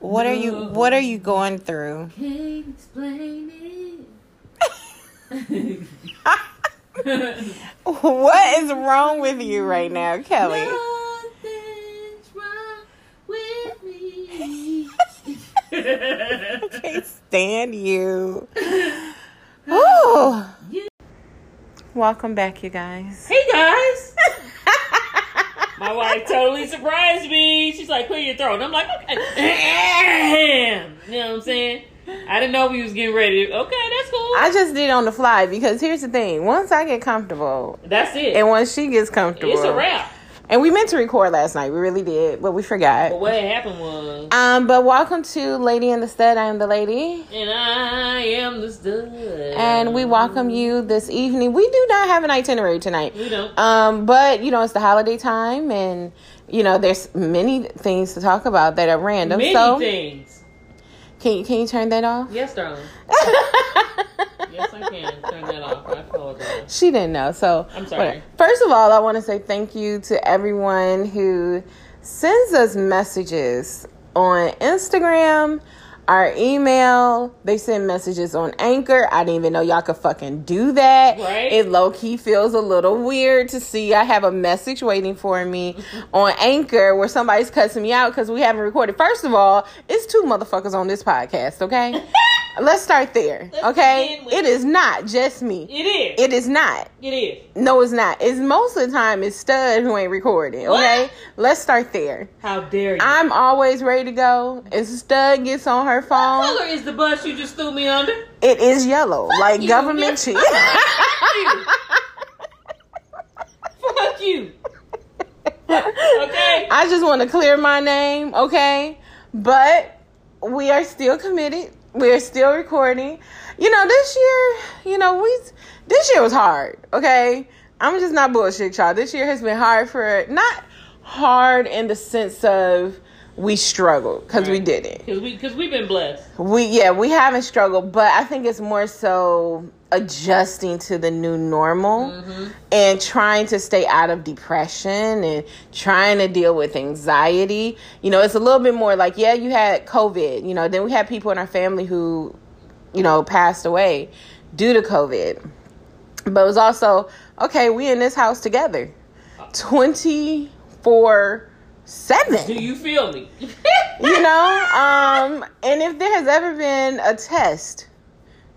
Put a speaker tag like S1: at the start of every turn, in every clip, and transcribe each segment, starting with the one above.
S1: What are you What are you going through?
S2: Can't explain it.
S1: What is wrong with you right now, Kelly?
S2: Nothing's wrong with me.
S1: I can't stand you. Ooh.
S2: You-
S1: Welcome back, you guys.
S2: Hey guys! My wife totally surprised me. She's like, clear your throat. And I'm like, okay. you know what I'm saying? I didn't know we was getting ready. Okay, that's cool.
S1: I just did on the fly because here's the thing: once I get comfortable,
S2: that's it.
S1: and once she gets comfortable,
S2: it's a wrap.
S1: And we meant to record last night. We really did, but we forgot.
S2: But what happened was,
S1: Um, but welcome to Lady in the Stud. I am the lady,
S2: and I am the stud.
S1: and we welcome you this evening. We do not have an itinerary tonight.
S2: We don't.
S1: Um, but you know it's the holiday time, and you know there's many things to talk about that are random.
S2: Many
S1: so
S2: things.
S1: can you can you turn that off?
S2: Yes, darling. Yes, I can. Turn that off. I apologize.
S1: She didn't know. So
S2: I'm sorry.
S1: First of all, I want to say thank you to everyone who sends us messages on Instagram, our email. They send messages on Anchor. I didn't even know y'all could fucking do that.
S2: Right.
S1: It low key feels a little weird to see I have a message waiting for me on Anchor where somebody's cussing me out because we haven't recorded. First of all, it's two motherfuckers on this podcast. Okay. Let's start there.
S2: Let's
S1: okay.
S2: begin with-
S1: It is not just me.
S2: It is.
S1: It is not.
S2: it is.
S1: No, it's not. It's most of the time it's stud who ain't recording. Okay,
S2: What?
S1: let's start there.
S2: How dare you?
S1: I'm always ready to go. If stud gets on her
S2: what
S1: phone,
S2: color is the bus you just threw me under?
S1: it is yellow, like
S2: you.
S1: government shit.
S2: Fuck you. Fuck you. Okay.
S1: I just want to clear my name, okay? But we are still committed. We are still recording. You know, this year, you know, we this year was hard, okay? I'm just not bullshit, y'all. This year has been hard for not hard in the sense of we struggled because we
S2: Right.
S1: didn't.
S2: Cause we, cause we've been blessed.
S1: We yeah, we haven't struggled, but I think it's more so adjusting to the new normal and trying to stay out of depression and trying to deal with anxiety. You know, it's a little bit more like, yeah, you had COVID, you know, then we had people in our family who, you know, passed away due to COVID. But it was also, okay, we in this house together. 24 7
S2: Do you feel me?
S1: you know um and if there has ever been a test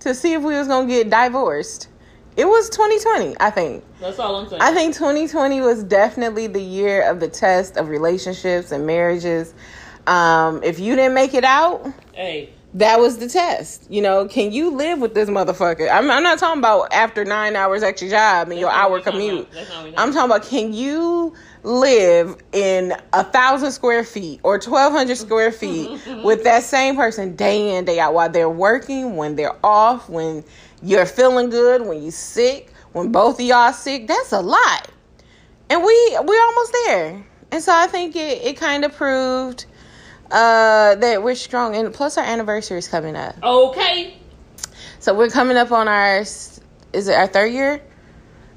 S1: to see if we was gonna get divorced it was 2020 i think
S2: That's all I'm saying.
S1: i think 2020 was definitely the year of the test of relationships and marriages um if you didn't make it out
S2: hey,
S1: that was the test you know can you live with this motherfucker i'm, I'm not talking about after nine hours at your job and your
S2: That's not what
S1: hour
S2: we talking
S1: commute
S2: about. That's not what we
S1: i'm
S2: talking
S1: talking about can you live in a thousand square feet or 1200 square feet with that same person day in day out while they're working when they're off when you're feeling good when you sick when both of y'all sick that's a lot and we we're almost there and so i think it, it kind of proved uh that we're strong and plus our anniversary is coming up
S2: okay.
S1: so we're coming up on our s- is it our third year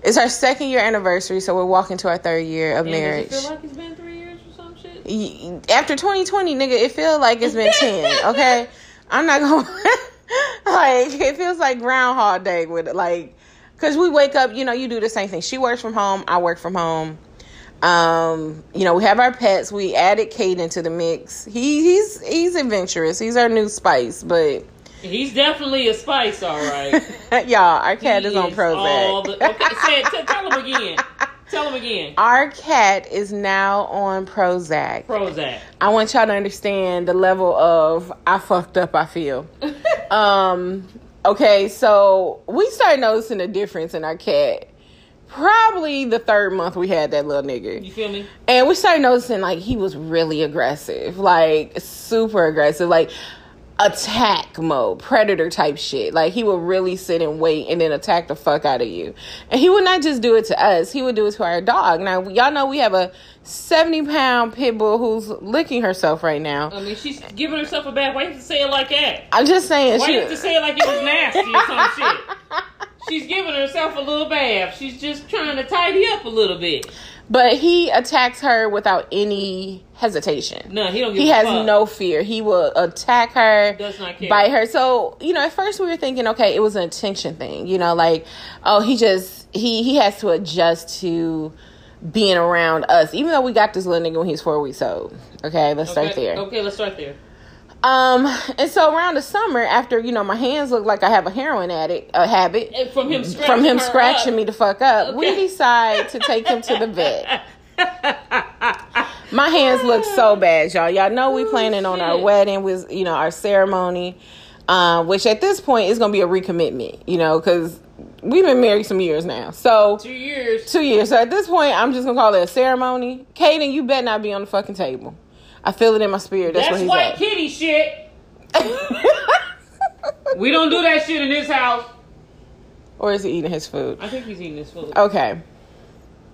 S1: it's our second year anniversary so we're walking to our third year of
S2: And
S1: marriage
S2: Does it feel like it's been three years or some shit?
S1: Y- after 2020 nigga it feel like it's been 10 okay i'm not gonna like it feels like groundhog day with like because we wake up you know you do the same thing she works from home i work from home um you know we have our pets we added Caden into the mix he he's he's adventurous he's our new spice but
S2: He's definitely a spice, all right.
S1: y'all our cat
S2: He
S1: is on
S2: is all
S1: prozac
S2: the- okay, say it, t- tell him again. Tell him again.
S1: our cat is now on prozac
S2: Prozac.
S1: I want y'all to understand the level of I fucked up I feel. um okay, so we started noticing a difference in our cat. Probably the third month we had that little
S2: You
S1: nigga.
S2: feel me?
S1: And we started noticing like he was really aggressive, like super aggressive, like attack mode, predator type shit. Like he would really sit and wait and then attack the fuck out of you. And he would not just do it to us, he would do it to our dog. Now, y'all know we have a 70 pound pit bull who's licking herself right now.
S2: I mean, she's giving herself a bath. Why you have to say it like that?
S1: I'm just saying,
S2: Why
S1: she,
S2: you have to say it like it was nasty or some shit? She's giving herself a little bath. She's just trying to tidy up a little bit.
S1: But he attacks her without any hesitation.
S2: No, he don't give
S1: He
S2: a
S1: has
S2: fuck.
S1: no fear. He will attack her,
S2: Does not care.
S1: bite her. So you know, at first we were thinking, okay, it was an attention thing. You know, like oh, he just he he has to adjust to being around us, even though we got this little nigga when he's four weeks old. Okay, let's
S2: okay.
S1: start there.
S2: Okay, let's start there.
S1: Um, and so around the summer, after you know, my hands look like I have a heroin addict a habit
S2: And from him scratching
S1: Mm-hmm. from him
S2: her
S1: scratching me the fuck up, we
S2: Okay.
S1: decide to take him to the vet.
S2: up.
S1: My hands look so bad, y'all. Y'all know we planning on our
S2: Oh, shit.
S1: wedding with you know our ceremony, um, which at this point is gonna be a recommitment, you know, because we've been married some years now. So
S2: Two years.
S1: two years. So at this point, I'm just gonna call it a ceremony. Kaden, you better not be on the fucking table. I feel it in my spirit. That's,
S2: That's
S1: what
S2: white kitty shit.
S1: he's at.
S2: We don't do that shit in this house.
S1: or is he eating his food?
S2: I think he's eating his food.
S1: Okay.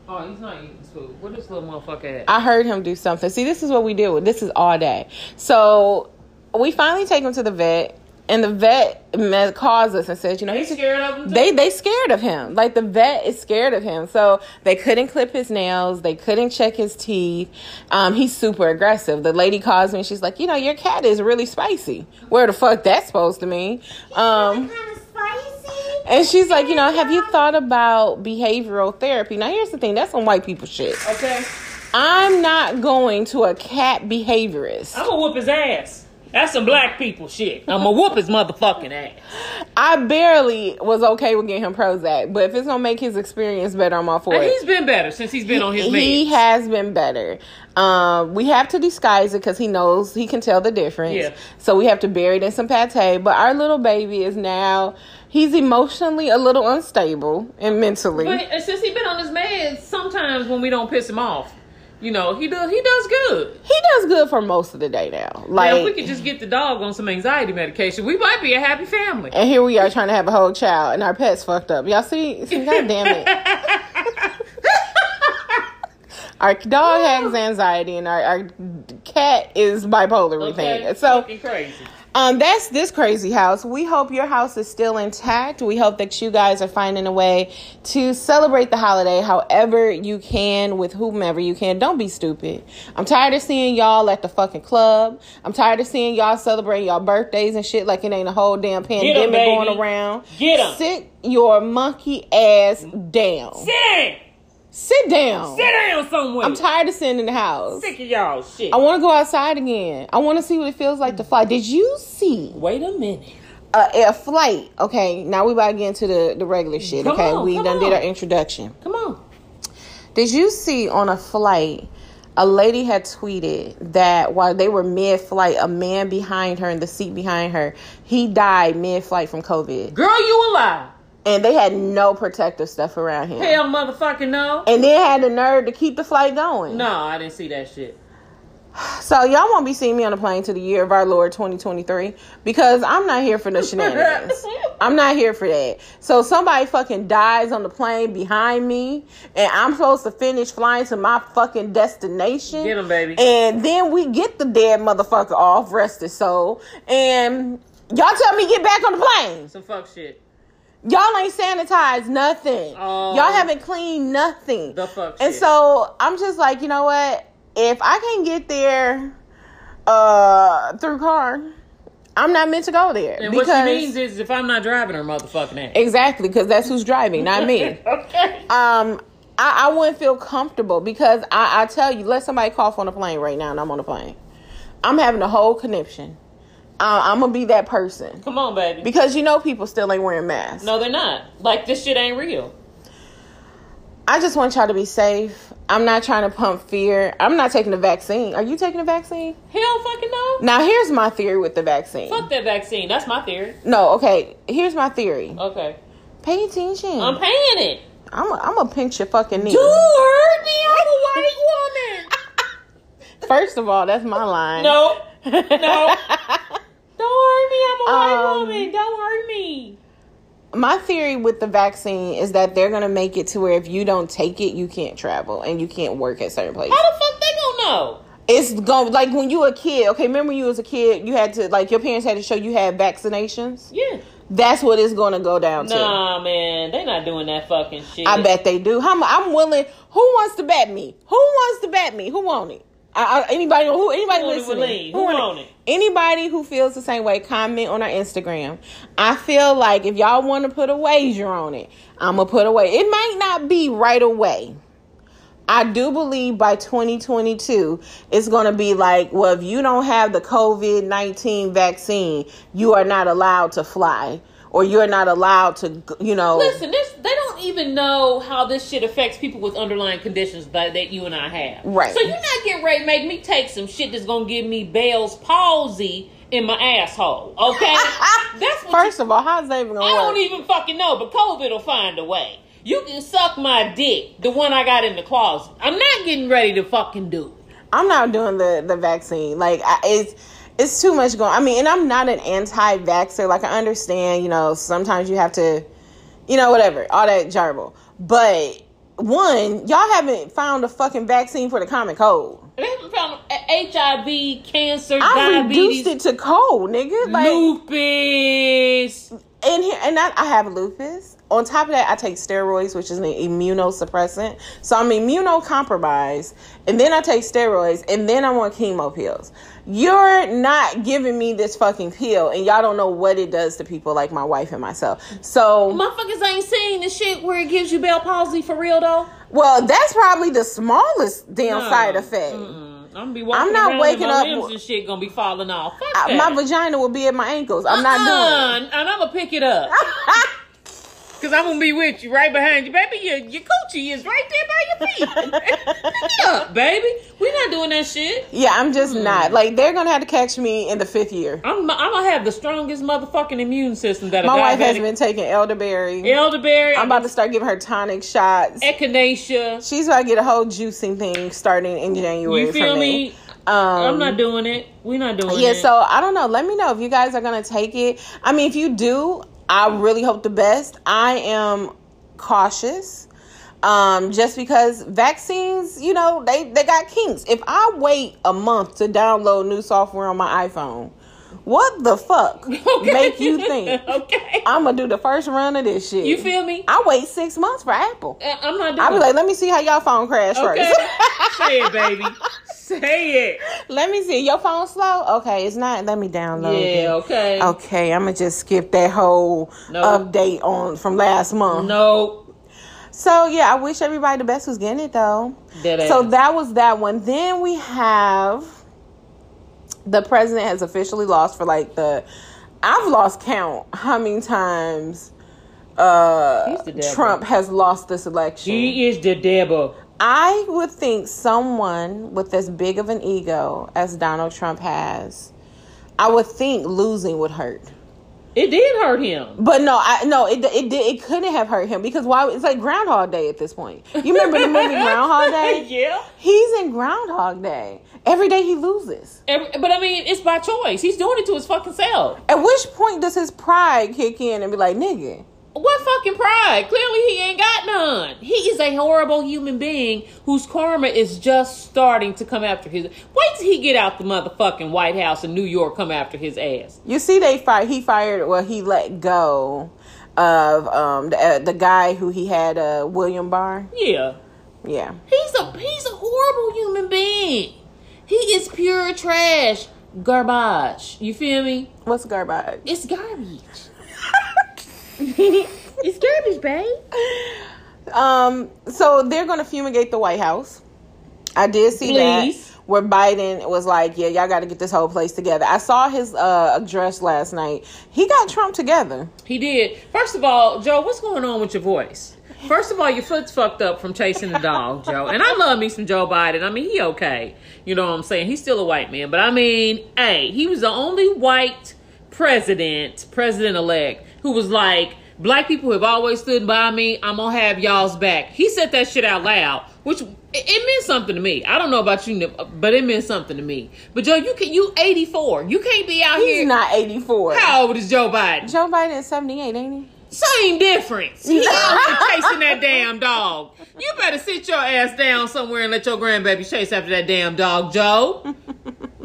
S2: Oh, he's not eating his food. Where this little motherfucker at?
S1: I heard him do something. See, this is what we deal with. This is all day. So we finally take him to the vet, and the vet me- calls us and says, you know,
S2: They
S1: he's
S2: scared of him. too?
S1: they they scared of him. Like the vet is scared of him. So they couldn't clip his nails. They couldn't check his teeth. Um, he's super aggressive. The lady calls me. She's like, you know, your cat is really spicy. Where the fuck that's supposed to mean? Um,
S3: kind of spicy.
S1: and she's like, you know, have you thought about behavioral therapy? Now here's the thing. That's some white people shit.
S2: okay.
S1: I'm not going to a cat behaviorist.
S2: I'm gonna whoop his ass. That's some black people shit. I'm gonna whoop his motherfucking ass.
S1: I barely was okay with getting him Prozac, but if it's gonna make his experience better, I'm all for
S2: And
S1: it.
S2: he's been better since he's been on his
S1: he
S2: meds.
S1: has been better. Um, we have to disguise it because he knows he can tell the difference.
S2: Yeah.
S1: So we have to bury it in some pate. But our little baby is now he's emotionally a little unstable and mentally.
S2: But uh, since he's been on his meds, sometimes when we don't piss him off, you know, he does he does good.
S1: he does good for most of the day now. Like
S2: Now, if we could just get the dog on some anxiety medication, we might be a happy family.
S1: and here we are trying to have a whole child and our pet's fucked up. Y'all see, see god damn it. Our dog has anxiety and our, our cat is bipolar, we think. So
S2: fucking crazy.
S1: Um, that's this crazy house. We hope your house is still intact. We hope that you guys are finding a way to celebrate the holiday however you can with whomever you can. Don't be stupid. I'm tired of seeing y'all at the fucking club. I'm tired of seeing y'all celebrating y'all birthdays and shit like it ain't a whole damn pandemic
S2: baby.
S1: going around.
S2: Get 'em.
S1: Sit your monkey ass down. Sit,
S2: Sit down,
S1: down.
S2: sit down somewhere.
S1: I'm tired of sitting in the house.
S2: sick of y'all shit.
S1: I want to go outside again. I want to see what it feels like to fly. Did you see?
S2: Wait a minute.
S1: a, a flight. Okay, now we about to get into the, the regular shit.
S2: Come
S1: okay,
S2: on,
S1: we
S2: come
S1: done did our
S2: on.
S1: introduction.
S2: Come on.
S1: Did you see on a flight? A lady had tweeted that while they were mid flight, a man behind her in the seat behind her, he died mid flight from COVID.
S2: Girl, you alive.
S1: And they had no protective stuff around him.
S2: Hell motherfucking no.
S1: And then had the nerve to keep the flight going.
S2: No, I didn't see that shit.
S1: So y'all won't be seeing me on a plane to the year of our Lord 2023 because I'm not here for no shenanigans. I'm not here for that. So somebody fucking dies on the plane behind me and I'm supposed to finish flying to my fucking destination.
S2: Get him, baby.
S1: And then we get the dead motherfucker off, rest his soul. And y'all tell me get back on the plane.
S2: Some fuck shit.
S1: Y'all ain't sanitized nothing.
S2: Oh.
S1: Y'all haven't cleaned nothing.
S2: The fuck
S1: And
S2: shit.
S1: so I'm just like, you know what? If I can get there uh through car, I'm not meant to go there.
S2: And what she means is if I'm not driving her motherfucking ass.
S1: Exactly, because that's who's driving, not me.
S2: okay.
S1: Um I, I wouldn't feel comfortable because I, I tell you, let somebody cough on a plane right now and I'm on a plane. I'm having a whole conniption. Uh, I'm gonna be that person.
S2: Come on, baby.
S1: Because you know people still ain't wearing masks.
S2: no, they're not. Like this shit ain't real.
S1: I just want y'all to be safe. I'm not trying to pump fear. I'm not taking the vaccine. Are you taking the vaccine?
S2: Hell fucking no.
S1: Now, here's my theory with the vaccine.
S2: Fuck that vaccine. That's my theory.
S1: No, okay. Here's my theory.
S2: Okay.
S1: Pay attention.
S2: I'm
S1: I'm
S2: paying it.
S1: I'm gonna pinch your fucking knee.
S2: heard me? I'm a white woman.
S1: First of all, that's my line.
S2: No. No. Don't hurt me. I'm a white
S1: Um,
S2: woman. Don't hurt me.
S1: my theory with the vaccine is that they're gonna make it to where if you don't take it, you can't travel and you can't work at certain places.
S2: How the fuck they gonna know?
S1: It's going like when you were a kid. Okay, remember when you was a kid, you had to like your parents had to show you had vaccinations.
S2: Yeah.
S1: That's what it's going to go down to.
S2: Nah, man, they not doing that fucking shit.
S1: I bet they do. How mu- I'm willing. Who wants to bet me? Who wants to bet me? Who want it? I, I, anybody who anybody
S2: Who want it,
S1: listening?
S2: Willie? Who
S1: want
S2: want it?
S1: Anybody who feels the same way, comment on our Instagram. I feel like if y'all want to put a wager on it, I'm gonna put away. It might not be right away. I do believe by 2022, it's going to be like, well, if you don't have the COVID 19 vaccine, you are not allowed to fly, or you're not allowed to, you know.
S2: Listen, this they don't even know how this shit affects people with underlying conditions that, that you and I have.
S1: Right.
S2: So you're not getting ready to make me take some shit that's gonna give me Bell's palsy in my asshole. Okay? that's what
S1: First of all, how's that even gonna
S2: I
S1: work?
S2: don't even fucking know, but COVID will find a way. You can suck my dick, the one I got in the closet. I'm not getting ready to fucking do it.
S1: I'm not doing the the vaccine. Like I, it's it's too much going. I mean, and I'm not an anti-vaxxer. Like I understand, you know, sometimes you have to, you know, whatever, all that jarble. But one, y'all haven't found a fucking vaccine for the common cold.
S2: They haven't found a- HIV, cancer,
S1: I
S2: diabetes,
S1: reduced it to cold, nigga. Like
S2: lupus.
S1: and here and I, I have lupus. On top of that, I take steroids, which is an immunosuppressant. So I'm immunocompromised, and then I take steroids, and then I'm on chemo pills. You're not giving me this fucking pill, and y'all don't know what it does to people like my wife and myself. So,
S2: Motherfuckers ain't seen the shit where it gives you Bell palsy for real though.
S1: well, that's probably the smallest damn
S2: No.
S1: side effect.
S2: Mm-mm. I'm gonna Uh, be walking
S1: I'm not
S2: around
S1: waking
S2: and my
S1: up
S2: limbs
S1: w-
S2: and shit gonna be falling off. Fuck
S1: I-
S2: that.
S1: my vagina will be at my ankles. I'm not Ah.
S2: Uh-uh, and I'm gonna pick it up
S1: doing it.
S2: because I'm gonna be with you right behind you, baby. Your your coochie is right there by your feet. pick it up, baby. We're not doing that shit.
S1: yeah, I'm just
S2: Mm.
S1: not. Like, they're going to have to catch me in the fifth year.
S2: I'm I'm gonna have the strongest motherfucking immune system that a
S1: My wife has
S2: diabetic-
S1: been taking elderberry.
S2: elderberry.
S1: I'm about to start giving her tonic shots.
S2: echinacea.
S1: She's about to get a whole juicing thing starting in January.
S2: You feel
S1: from
S2: me?
S1: Um, I'm
S2: I'm not doing it. We're not doing
S1: yeah,
S2: it.
S1: so I don't know. Let me know if you guys are gonna take it. I mean, if you do, I really hope the best. I am cautious, um, just because vaccines, you know, they they got kinks. If I wait a month to download new software on my iPhone, what the fuck
S2: Okay.
S1: make you think
S2: okay.
S1: I'm gonna do the first run of this shit?
S2: you feel me?
S1: I wait six months for Apple.
S2: I, I'm not doing
S1: I'll be
S2: it.
S1: like, let me see how y'all phone crash
S2: Okay.
S1: first.
S2: Say it, baby. Say it.
S1: let me see. Your phone slow? Okay, it's not. Let me download it.
S2: Yeah, okay.
S1: Okay, I'm gonna just skip that whole
S2: No.
S1: update on from last month.
S2: No.
S1: So yeah, I wish everybody the best was getting it though.
S2: Dead
S1: So
S2: ass.
S1: that was that one. Then we have the president has officially lost for like the I've lost count how many times uh
S2: He's the devil.
S1: Trump has lost this election.
S2: She is the devil.
S1: I would think someone with as big of an ego as Donald Trump has, I would think losing would hurt.
S2: It did hurt him.
S1: But no, I no, it it did it couldn't have hurt him because why? It's like Groundhog Day at this point. You remember the movie Groundhog Day?
S2: yeah.
S1: He's in Groundhog Day every day. He loses.
S2: Every- but I mean, it's by choice. He's doing it to his fucking self.
S1: At which point does his pride kick in and be like, "Nigga,
S2: What fucking pride? Clearly, he ain't got none. He is a horrible human being whose karma is just starting to come after his. Wait till he get out the motherfucking White House in New York, come after his ass.
S1: you see they fired. He fired. Well, he let go of um the, uh, the guy who he had uh William Barr.
S2: Yeah,
S1: Yeah."
S2: he's a he's a horrible human being. He is pure trash, garbage. You feel me?
S1: What's garbage?
S2: It's garbage. it's garbage, babe.
S1: Um, so they're going to fumigate the White House. I did see
S2: Please.
S1: that where Biden was like, "Yeah, y'all got to get this whole place together." I saw his uh, address last night. He got Trump together.
S2: He did. First of all, Joe, what's going on with your voice? First of all, your foot's fucked up from chasing the dog, Joe. And I love me some Joe Biden. I mean, he okay. You know what I'm saying? He's still a white man. But I mean, hey, he was the only white president, president elect, who was like, black people have always stood by me. I'm gonna have y'all's back. He said that shit out loud, which it, it meant something to me. I don't know about you, Nip, but it meant something to me. But Joe, you can you 84. You can't be out
S1: He's
S2: here.
S1: not eighty four.
S2: How old is Joe Biden?
S1: Joe Biden is seventy eight, ain't he?
S2: Same difference. He out here chasing that damn dog. You better sit your ass down somewhere and let your grandbaby chase after that damn dog, Joe.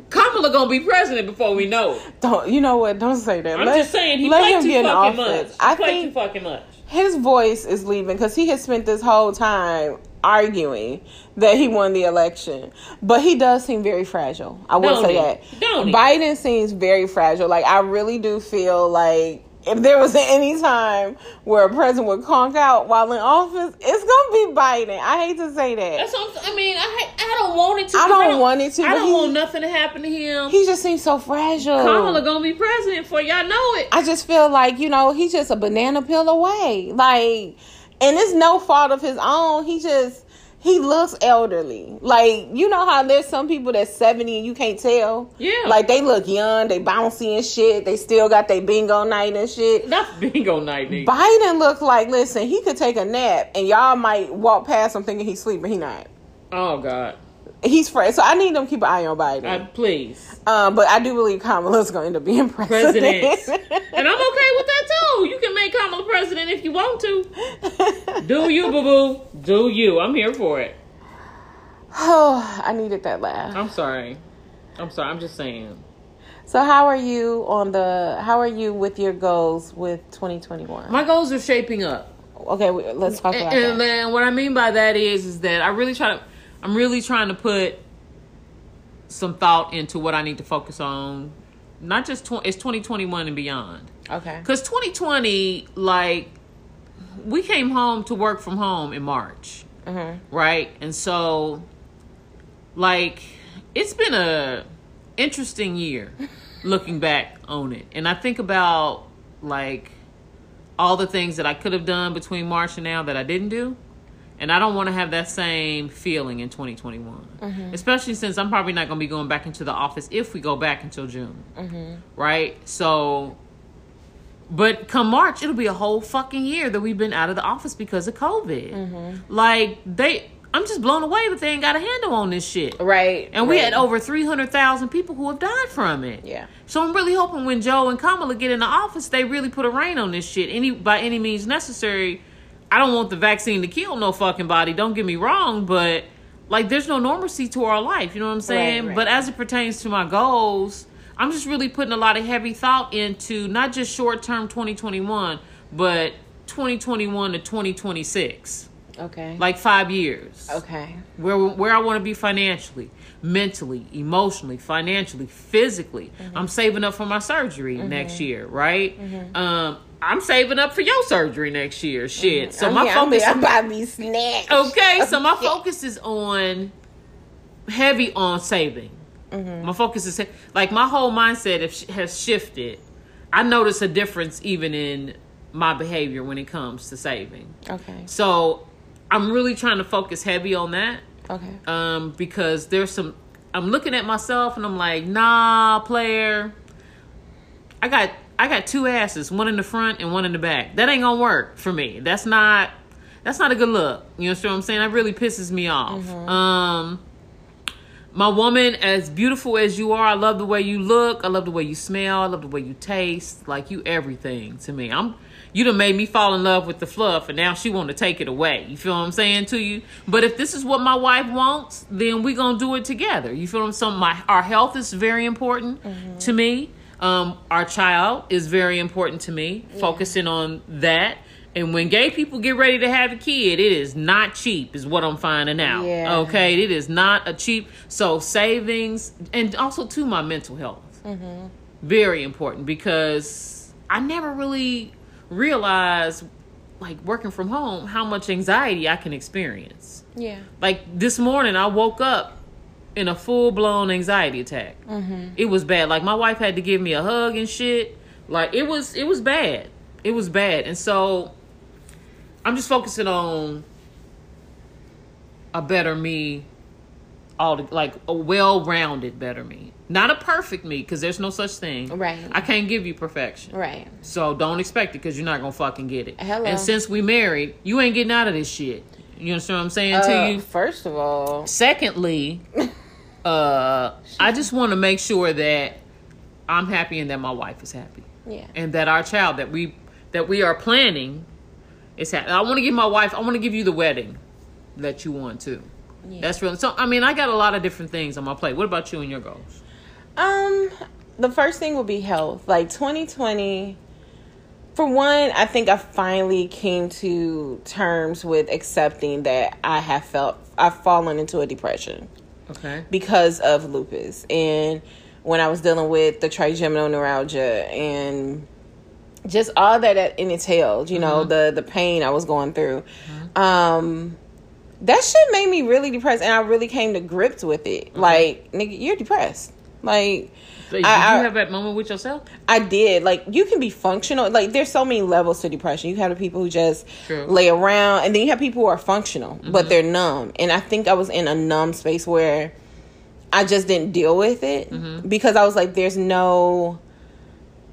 S2: Kamala gonna be president before we know it.
S1: Don't you know what? Don't say that.
S2: I'm
S1: Let-
S2: just saying he
S1: let
S2: played
S1: him
S2: too
S1: get in
S2: fucking much.
S1: office.
S2: He
S1: I
S2: played
S1: think
S2: too fucking much.
S1: his voice is leaving because he has spent this whole time arguing that he won the election. But he does seem very fragile. I will
S2: Don't
S1: say
S2: he?
S1: that.
S2: Don't he?
S1: Biden seems very fragile. Like I really do feel like if there was any time where a president would conk out while in office, it's gonna be Biden. I hate to say that.
S2: That's what I'm, I mean. I ha- I don't want it to.
S1: I
S2: 'cause
S1: don't want it to,
S2: I
S1: but
S2: don't
S1: he-
S2: want nothing to happen to him.
S1: he just seems so fragile.
S2: Kamala gonna be president for y'all know it.
S1: I just feel like, you know, he's just a banana peel away. Like, and it's no fault of his own. He just, he looks elderly. Like, you know how there's some people that's 70 and you can't tell?
S2: Yeah.
S1: Like, they look young, they bouncy and shit, they still got their bingo night and shit.
S2: That's bingo night, nigga.
S1: Biden looked like, listen, he could take a nap and y'all might walk past him thinking he's sleeping. He not.
S2: Oh God,
S1: He's fresh. So I need them to keep an eye on Biden.
S2: I, please,
S1: um, but I do believe Kamala's going to end up being
S2: president.
S1: president.
S2: and I'm okay with that too. You can make Kamala president if you want to. Do you, boo boo? Do you? I'm here for it.
S1: Oh, I needed that laugh.
S2: I'm sorry. I'm sorry. I'm just saying.
S1: So how are you on the how are you with your goals with 2021?
S2: My goals are shaping up.
S1: okay, we, let's talk about
S2: and, and
S1: that.
S2: then what I mean by that is is that I really try to I'm really trying to put some thought into what I need to focus on. Not just tw- it's 2021 and beyond.
S1: Okay.
S2: Cuz 2020 like we came home to work from home in March,
S1: Mhm.
S2: right? And so like it's been a interesting year looking back on it. And I think about like all the things that I could have done between March and now that I didn't do. And I don't want to have that same feeling in 2021, especially since I'm probably not going to be going back into the office if we go back until June. Right? So, but come March, it'll be a whole fucking year that we've been out of the office because of COVID. Like, they, I'm just blown away that they ain't got a handle on this shit.
S1: Right.
S2: And we
S1: right.
S2: had over 300,000 people who have died from it.
S1: Yeah.
S2: So I'm really hoping when Joe and Kamala get in the office, they really put a rein on this shit any by any means necessary. I don't want the vaccine to kill no fucking body. Don't get me wrong, but like there's no normalcy to our life. You know what I'm saying?
S1: right.
S2: But as it pertains to my goals, I'm just really putting a lot of heavy thought into not just short term 2021, but 2021 to 2026,
S1: Okay.
S2: like five years
S1: okay.
S2: where where I want to be financially, mentally, emotionally, financially, physically.
S1: Mm-hmm.
S2: I'm saving up for my surgery next year, right? Um, I'm saving up for your surgery next year. Shit. So my
S1: Mm-hmm. Oh, yeah,
S2: focus. Oh.
S1: I'm about to be snatched.
S2: okay, so my focus is on heavy on saving.
S1: Mm-hmm.
S2: My focus is like my whole mindset has- has shifted. I notice a difference even in my behavior when it comes to saving.
S1: Okay.
S2: So I'm really trying to focus heavy on that
S1: Okay.
S2: um, because there's some. I'm looking at myself and I'm like, nah, player. I got I got two asses, one in the front and one in the back. That ain't gonna work for me. That's not that's not a good look. You understand what I'm saying? That really pisses me off. Um, my woman, as beautiful as you are, I love the way you look. I love the way you smell. I love the way you taste. Like you, everything to me. I'm you done made me fall in love with the fluff, and now she want to take it away. You feel what I'm saying to you? But if this is what my wife wants, then we gonna do it together. You feel what I'm saying? My our health is very important to me. Um, our child is very important to me. Focusing on that. And when gay people get ready to have a kid, it is not cheap, is what I'm finding out.
S1: Yeah.
S2: Okay okay it is not a cheap so savings and also to my mental health very important because i never really realized like working from home how much anxiety i can experience
S1: Yeah.
S2: like this morning i woke up in a full-blown anxiety attack
S1: Mm-hmm.
S2: it was bad like my wife had to give me a hug and shit like it was it was bad it was bad and so i'm just focusing on a better me all the, like a well-rounded better me not a perfect me because there's no such thing
S1: Right.
S2: i can't give you perfection
S1: Right.
S2: so don't expect it because you're not gonna fucking get it.
S1: Hello.
S2: And since we married, you ain't getting out of this shit. You understand what I'm saying
S1: Uh,
S2: to you?
S1: First of all,
S2: Secondly, uh, I just want to make sure that I'm happy and that my wife is happy
S1: yeah.
S2: and that our child that we that we are planning is happy. I want to give my wife. I want to give you the wedding that you want too.
S1: Yeah.
S2: That's real. So I mean, I got a lot of different things on my plate. What about you and your goals?
S1: Um, the first thing would be health. Like 2020, for one, I think I finally came to terms with accepting that I have felt I've fallen into a depression
S2: Okay.
S1: because of lupus and when I was dealing with the trigeminal neuralgia and just all that it entailed, you
S2: Mm-hmm.
S1: know, the the pain I was going through. Um that shit made me really depressed and I really came to grips with it. Like, nigga, you're depressed. Like
S2: Mm-hmm. So did
S1: I-
S2: you
S1: I-
S2: have that moment with yourself?
S1: I did. Like you can be functional. Like there's so many levels to depression. You have the people who just
S2: True. Mm-hmm.
S1: lay around, and then you have people who are functional, but they're numb. And I think I was in a numb space where I just didn't deal with it
S2: Mm-hmm.
S1: because I was like, there's no.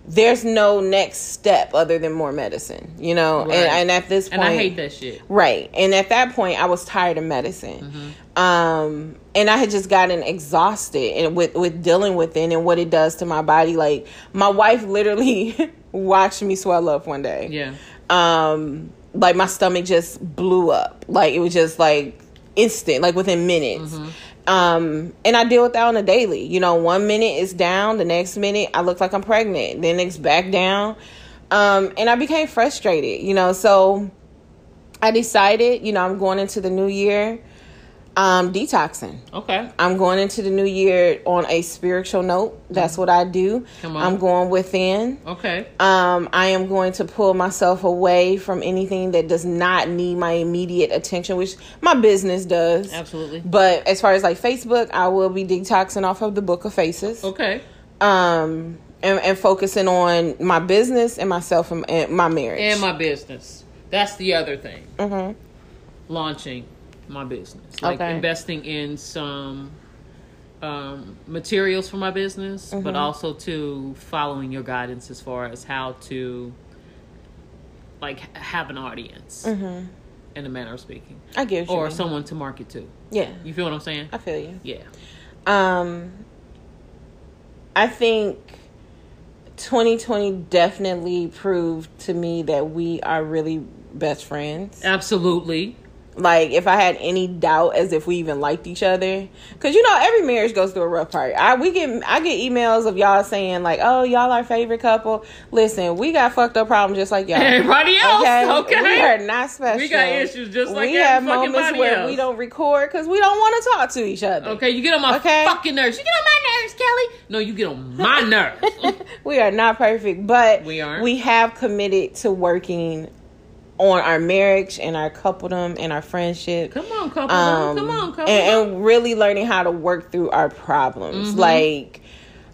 S1: There's no next step other than more medicine, you know.
S2: Right.
S1: And, and at this point,
S2: And I hate that shit.
S1: Right. And at that point, I was tired of medicine. Um, and I had just gotten exhausted and with, with dealing with it and what it does to my body. Like, my wife literally watched me swell up one day.
S2: Yeah.
S1: Um, like, my stomach just blew up. Like, it was just like instant, like within minutes.
S2: Mm-hmm.
S1: Um, and I deal with that on a daily. You know, one minute it's down, the next minute I look like I'm pregnant, then it's back down. Um, and I became frustrated, you know, so. I decided, you know, I'm going into the new year um, detoxing.
S2: Okay.
S1: I'm going into the new year on a spiritual note. That's what I do.
S2: Mm-hmm. Come on.
S1: I'm going within.
S2: Okay.
S1: Um, I am going to pull myself away from anything that does not need my immediate attention, which my business does.
S2: Absolutely.
S1: But as far as like Facebook, I will be detoxing off of the Book of Faces
S2: Okay.
S1: um, and, and focusing on my business and myself and, and my marriage.
S2: And my business. That's the other thing.
S1: Mhm.
S2: Launching my business. Like
S1: Okay.
S2: investing in some um, materials for my business,
S1: Mm-hmm.
S2: but also to following your guidance as far as how to like h- have an audience
S1: Mm.
S2: in a manner of speaking.
S1: Mm-hmm. I get you.
S2: Or
S1: mean.
S2: someone to market to.
S1: yeah,
S2: You feel what I'm saying?
S1: I feel you.
S2: Yeah.
S1: Um, I think 2020 definitely proved to me that we are really best friends.
S2: Absolutely.
S1: Like, if I had any doubt as if we even liked each other, because you know every marriage goes through a rough part. I we get I get emails of y'all saying like, "Oh, y'all our favorite couple." Listen, we got fucked up problems just like y'all.
S2: Everybody else.
S1: Okay,
S2: Okay.
S1: we are not special.
S2: issues just like
S1: we
S2: every
S1: have
S2: fucking
S1: moments
S2: body
S1: where
S2: else.
S1: we don't record because we don't want to talk to each other.
S2: Okay, you get on my
S1: Okay.
S2: fucking nerves. You get on my nerves, Kelly. No, you get on my nerves.
S1: we are not perfect, but
S2: We aren't.
S1: We have committed to working on our marriage and our coupledom and our friendship.
S2: come on, couple.
S1: Um,
S2: come on, Mm-hmm. couple.
S1: and, and really learning how to work through our problems. Like,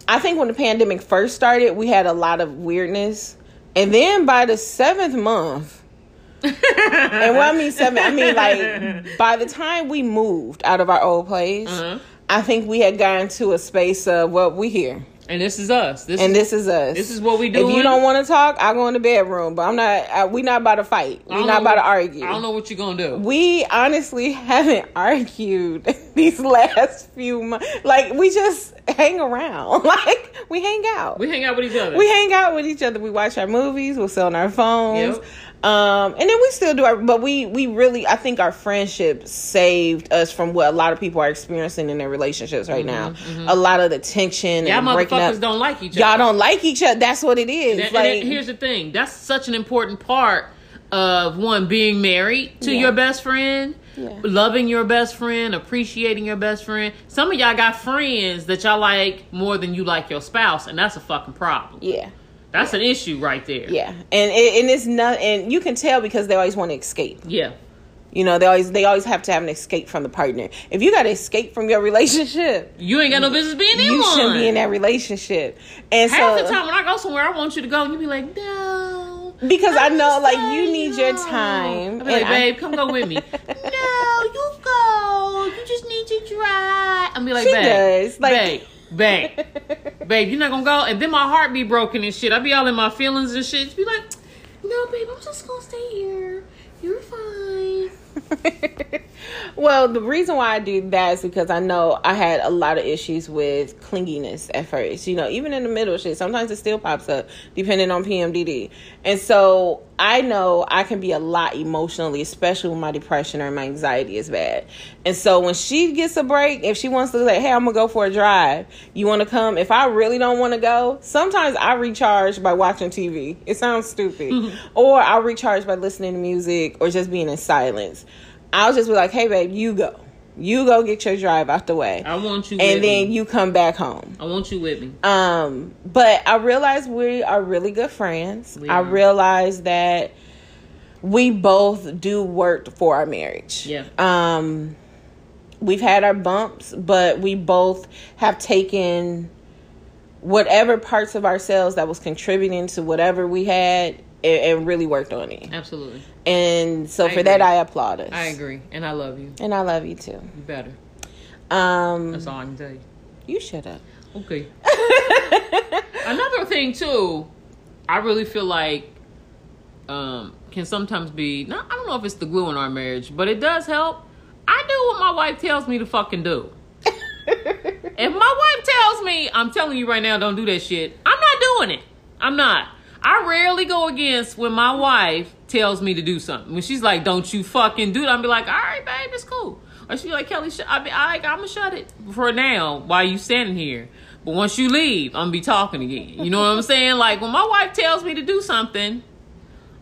S1: I think when the pandemic first started, we had a lot of weirdness, and then by the seventh month. and when I mean seven, I mean like by the time we moved out of our old place,
S2: Uh-huh.
S1: I think we had gotten to a space of well, we here
S2: And this is us. This
S1: and
S2: is,
S1: this is us.
S2: this is what we do.
S1: If you don't want to talk, I go in the bedroom. But I'm not. I, we not about to fight. We not about to argue.
S2: I don't know what you're gonna do.
S1: We honestly haven't argued these last few months. Like we just hang around. Like we hang out.
S2: We hang out with each other.
S1: We hang out with each other. We watch our movies. We'll sit on our phones.
S2: Yep.
S1: Um, and then we still do our, but we, we really, I think our friendship saved us from what a lot of people are experiencing in their relationships right now. A lot of the tension
S2: Y'all
S1: and breaking up
S2: Mm-hmm, motherfuckers don't like each other.
S1: y'all don't like each other. That's what it is.
S2: And, and
S1: like,
S2: it- here's the thing. That's such an important part of one being married to
S1: Yeah.
S2: your best friend,
S1: Yeah.
S2: loving your best friend, appreciating your best friend. Some of y'all got friends that y'all like more than you like your spouse, and that's a fucking problem.
S1: yeah,
S2: That's an issue right there.
S1: yeah, and it, and it's not, and you can tell because they always want to escape.
S2: Yeah.
S1: You know, they always they always have to have an escape from the partner. If you got to escape from your relationship,
S2: You ain't got no business being in
S1: you
S2: one.
S1: shouldn't be in that relationship. And
S2: Half
S1: so,
S2: the time when I go somewhere, I want you to go, and you be like, no.
S1: because I,
S2: I'm
S1: know, like, you
S2: sorry,
S1: need your
S2: no."
S1: time.
S2: I be like,
S1: and I-
S2: babe, come go with me. no, you go. You just need to drive. I'm be like,
S1: She
S2: babe,
S1: does, like-
S2: babe, babe, babe, you're not gonna go. And then my heart be broken and shit. I be all in my feelings and shit. She be like, no, babe, I'm just gonna stay here. You're fine.
S1: well, the reason why I did that is because I know I had a lot of issues with clinginess at first. You know, even in the middle shit, sometimes it still pops up depending on PMDD. And so I know I can be a lot emotionally, especially when my depression or my anxiety is bad. And so when she gets a break, if she wants to say, "Hey, I'm gonna go for a drive. You want to come?" If I really don't want to go, sometimes I recharge by watching TV. It sounds stupid, or I recharge by listening to music or just being in silence. I'll just be like, "Hey, babe, you go. You go get your drive out the way."
S2: I want you.
S1: and
S2: with
S1: then
S2: me.
S1: you come back home.
S2: I want you with me.
S1: Um, but I realized we are really good friends.
S2: We
S1: I
S2: are.
S1: realized that we both do work for our marriage.
S2: Yeah.
S1: Um, we've had our bumps, but we both have taken whatever parts of ourselves that was contributing to whatever we had and, and really worked on it.
S2: Absolutely.
S1: And so
S2: I
S1: for that,
S2: agree.
S1: I applaud us.
S2: I agree, and I love you.
S1: And I love you too.
S2: You better.
S1: Um,
S2: That's
S1: Mm-hmm.
S2: all I can tell you.
S1: you shut up.
S2: Okay. Another thing too, I really feel like um can sometimes be not I don't know if it's the glue in our marriage, but it does help. I do what my wife tells me to fucking do. if my wife tells me, I'm telling you right now, don't do that shit, I'm not doing it. I'm not. I rarely go against when my wife tells me to do something. When she's like, "Don't you fucking do that," I'm be like, "All right, babe, it's cool." Or she be like, "Kelly, sh- I be, I like, I'ma shut it for now while you standing here." But once you leave, I'm be talking again. You know what I'm saying? Like when my wife tells me to do something,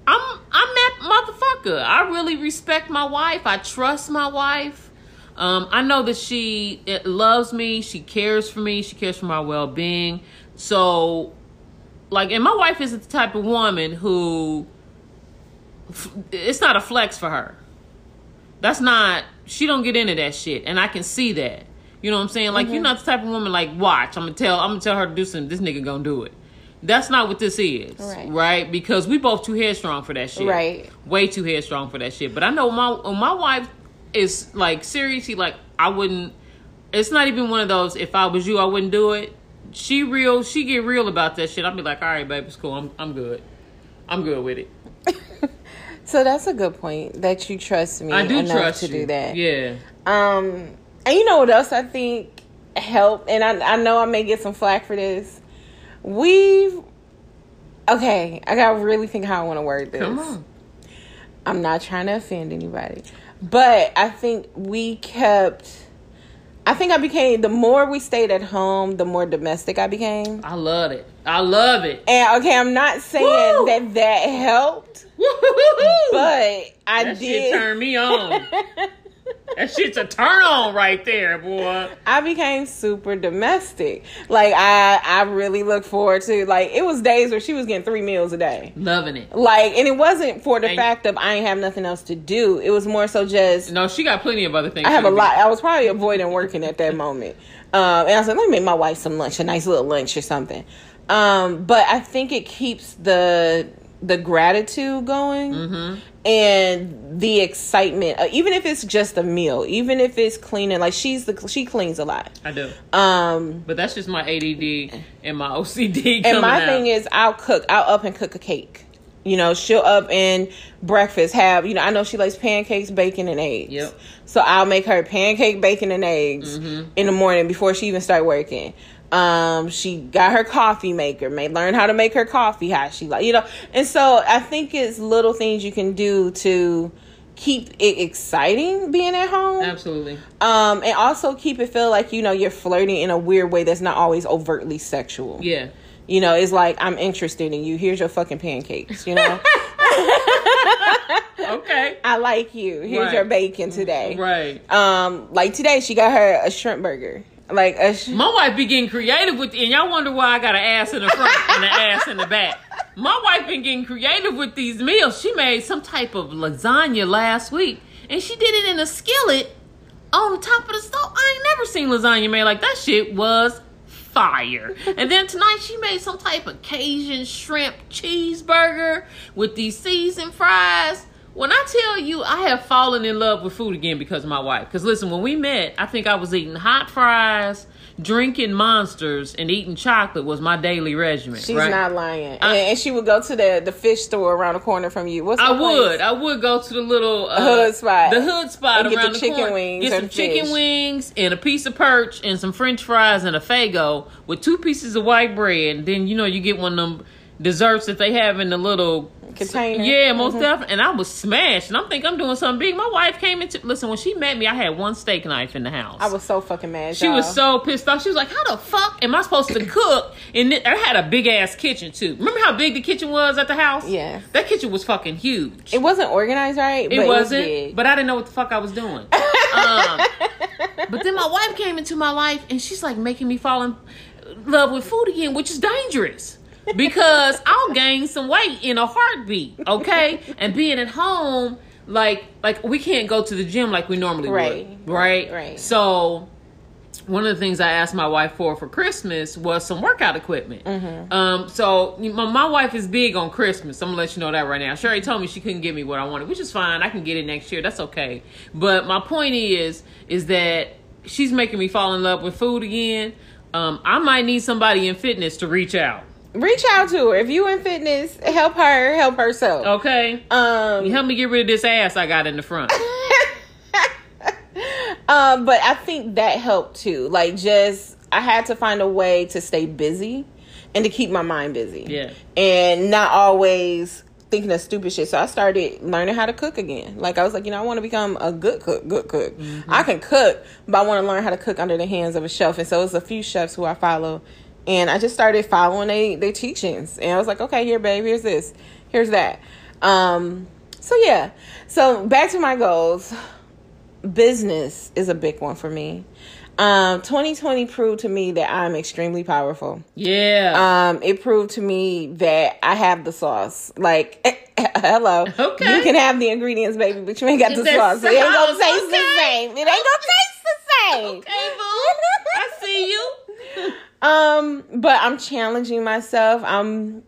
S2: I'm I'm that motherfucker. I really respect my wife. I trust my wife. Um, I know that she it loves me. She cares for me. She cares for my well being. So, like, and my wife isn't the type of woman who. f- It's not a flex for her. That's not. She don't get into that shit, and I can see that. You know what I'm saying? Like, you're not the type of woman like, watch. I'm gonna tell. I'm gonna tell her to do something. This nigga gonna do it. That's not what this is,
S1: Right.
S2: right? Because we both too headstrong for that shit shit.
S1: Right.
S2: Way too headstrong for that shit. But I know my when my wife is like seriously like I wouldn't it's not even one of those if I was you I wouldn't do it. She real she get real about that shit. I'll be like, all right, babe, it's cool. I'm I'm good. I'm good with it.
S1: So that's a good point that you trust me
S2: I do
S1: enough
S2: trust
S1: to
S2: you.
S1: do that.
S2: Yeah.
S1: Um, and you know what else I think helped, and I, I know I may get some flack for this. We've okay. I gotta really think how I want to word this.
S2: Come on.
S1: I'm not trying to offend anybody, but I think we kept. I think I became the more we stayed at home, the more domestic I became.
S2: I love it. I love it.
S1: And okay, I'm not saying
S2: Woo!
S1: that that helped,
S2: But
S1: but I
S2: that shit
S1: did.
S2: turned me on. that shit's a turn on right there, boy.
S1: I became super domestic. Like I I really look forward to like it was days where she was getting three meals a day.
S2: Loving it.
S1: Like and it wasn't for the
S2: And-
S1: fact of I ain't have nothing else to do. It was more so just
S2: No, she got plenty of other things.
S1: I have
S2: she
S1: a
S2: could be
S1: lot. I was probably avoiding working at that moment. Um, and I said, let me make my wife some lunch, a nice little lunch or something. Um, but I think it keeps the the gratitude going
S2: Mm-hmm.
S1: and the excitement, uh, even if it's just a meal, even if it's cleaning. Like she's the she cleans a lot.
S2: I do.
S1: Um,
S2: But that's just my ADD and my OCD.
S1: And my thing is, I'll cook. I'll up and cook a cake. You know, she'll up and breakfast have. You know, I know she likes pancakes, bacon, and eggs.
S2: Yep.
S1: So I'll make her pancake, bacon, and eggs in the morning before she even start working. Um, she got her coffee maker, may learn how to make her coffee how she like. You know, and so I think it's little things you can do to keep it exciting being at home
S2: absolutely
S1: um and also keep it feel like you know you're flirting in a weird way that's not always overtly sexual
S2: yeah.
S1: you know, it's like I'm interested in you. Here's your fucking pancakes. You know,
S2: Okay,
S1: I like you. Here's
S2: Right.
S1: your bacon today.
S2: right.
S1: Um, like today she got her a shrimp burger. Like a sh-
S2: My wife be getting creative with, and y'all wonder why I got an ass in the front and an ass in the back. My wife been getting creative with these meals. She made some type of lasagna last week, and she did it in a skillet on the top of the stove. I ain't never seen lasagna made like that. Shit was fire. and then tonight she made some type of Cajun shrimp cheeseburger with these seasoned fries. When I tell you, I have fallen in love with food again because of my wife. Because listen, when we met, I think I was eating hot fries, drinking monsters, and eating chocolate was my daily regimen.
S1: She's
S2: right?
S1: not lying.
S2: I-
S1: and, and she would go to the, the fish store around the corner from you. What's
S2: I
S1: that place?
S2: would. I would go to the little uh,
S1: Hood spot.
S2: The hood spot
S1: And get the
S2: around
S1: chicken
S2: corner.
S1: wings
S2: Get
S1: and
S2: some chicken
S1: fish.
S2: wings and a piece of perch and some French fries and a fago with two pieces of white bread. And then you know you get one of them desserts that they have in the little
S1: Container. Mm-hmm.
S2: Yeah, most definitely. And I was smashed. And I'm thinking I'm doing something big. My wife came into listen when she met me. I had one steak knife in the house.
S1: I was so fucking mad.
S2: She
S1: y'all.
S2: was so pissed off. She was like, "How the fuck am I supposed to cook?" And it, I had a big ass kitchen too. Remember how big the kitchen was at the house?
S1: Yeah.
S2: that kitchen was fucking huge.
S1: It wasn't organized right.
S2: It
S1: but
S2: wasn't,
S1: It was big.
S2: but I didn't know what the fuck I was doing. um, but then my wife came into my life, and she's like making me fall in love with food again, which is dangerous because I'll gain some weight in a heartbeat. Okay, and being at home, like like we can't go to the gym like we normally
S1: Right.
S2: would, right?
S1: Right.
S2: So one of the things I asked my wife for for Christmas was some workout equipment. Um, so you- my, my wife is big on Christmas. I'm gonna let you know that right now. Sherry told me she couldn't give me what I wanted, which is fine. I can get it next year. That's okay. But my point is, is that she's making me fall in love with food again. Um, I might need somebody in fitness to reach out.
S1: Reach out to her if you in fitness. Help her. Help herself.
S2: Okay,
S1: Um,
S2: help me get rid of this ass I got in the front.
S1: um, but I think that helped too. Like, just I had to find a way to stay busy and to keep my mind busy.
S2: Yeah.
S1: and not always thinking of stupid shit. So I started learning how to cook again. Like I was like, you know, I want to become a good cook, good cook. I can cook, but I want to learn how to cook under the hands of a chef. And so it's a few chefs who I follow, and I just started following they their teachings. And I was like, okay, here, babe, here's this, here's that. Um, so yeah, so back to my goals business is a big one for me. Um, 2020 proved to me that I'm extremely powerful.
S2: Yeah,
S1: Um, it proved to me that I have the sauce. Like, hello,
S2: Okay.
S1: you can have the ingredients, baby, but you ain't got the
S2: That
S1: sauce. It ain't gonna
S2: sauce,
S1: taste the
S2: okay.
S1: same. It ain't gonna taste the same.
S2: okay, boo. I see you.
S1: Um, but I'm challenging myself. I'm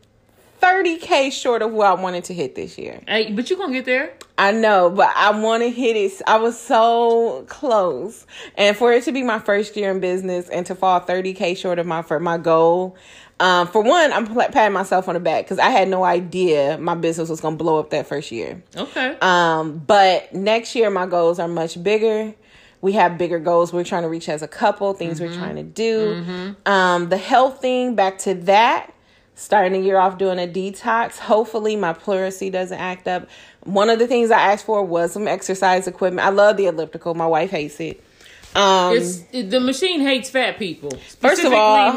S1: 30k short of what I wanted to hit this year.
S2: Hey, but you gonna get there.
S1: I know, but I want to hit it. I was so close, and for it to be my first year in business and to fall thirty k short of my for my goal, um, for one, I'm pla- patting myself on the back because I had no idea my business was gonna blow up that first year.
S2: Okay.
S1: Um, but next year my goals are much bigger. We have bigger goals we're trying to reach as a couple, things
S2: Mm-hmm.
S1: we're trying to do. Um, the health thing, back to that. Starting the year off doing a detox. Hopefully my pleurisy doesn't act up. One of the things I asked for was some exercise equipment. I love the elliptical. My wife hates it. Um,
S2: It's it, the machine hates fat people.
S1: First of all-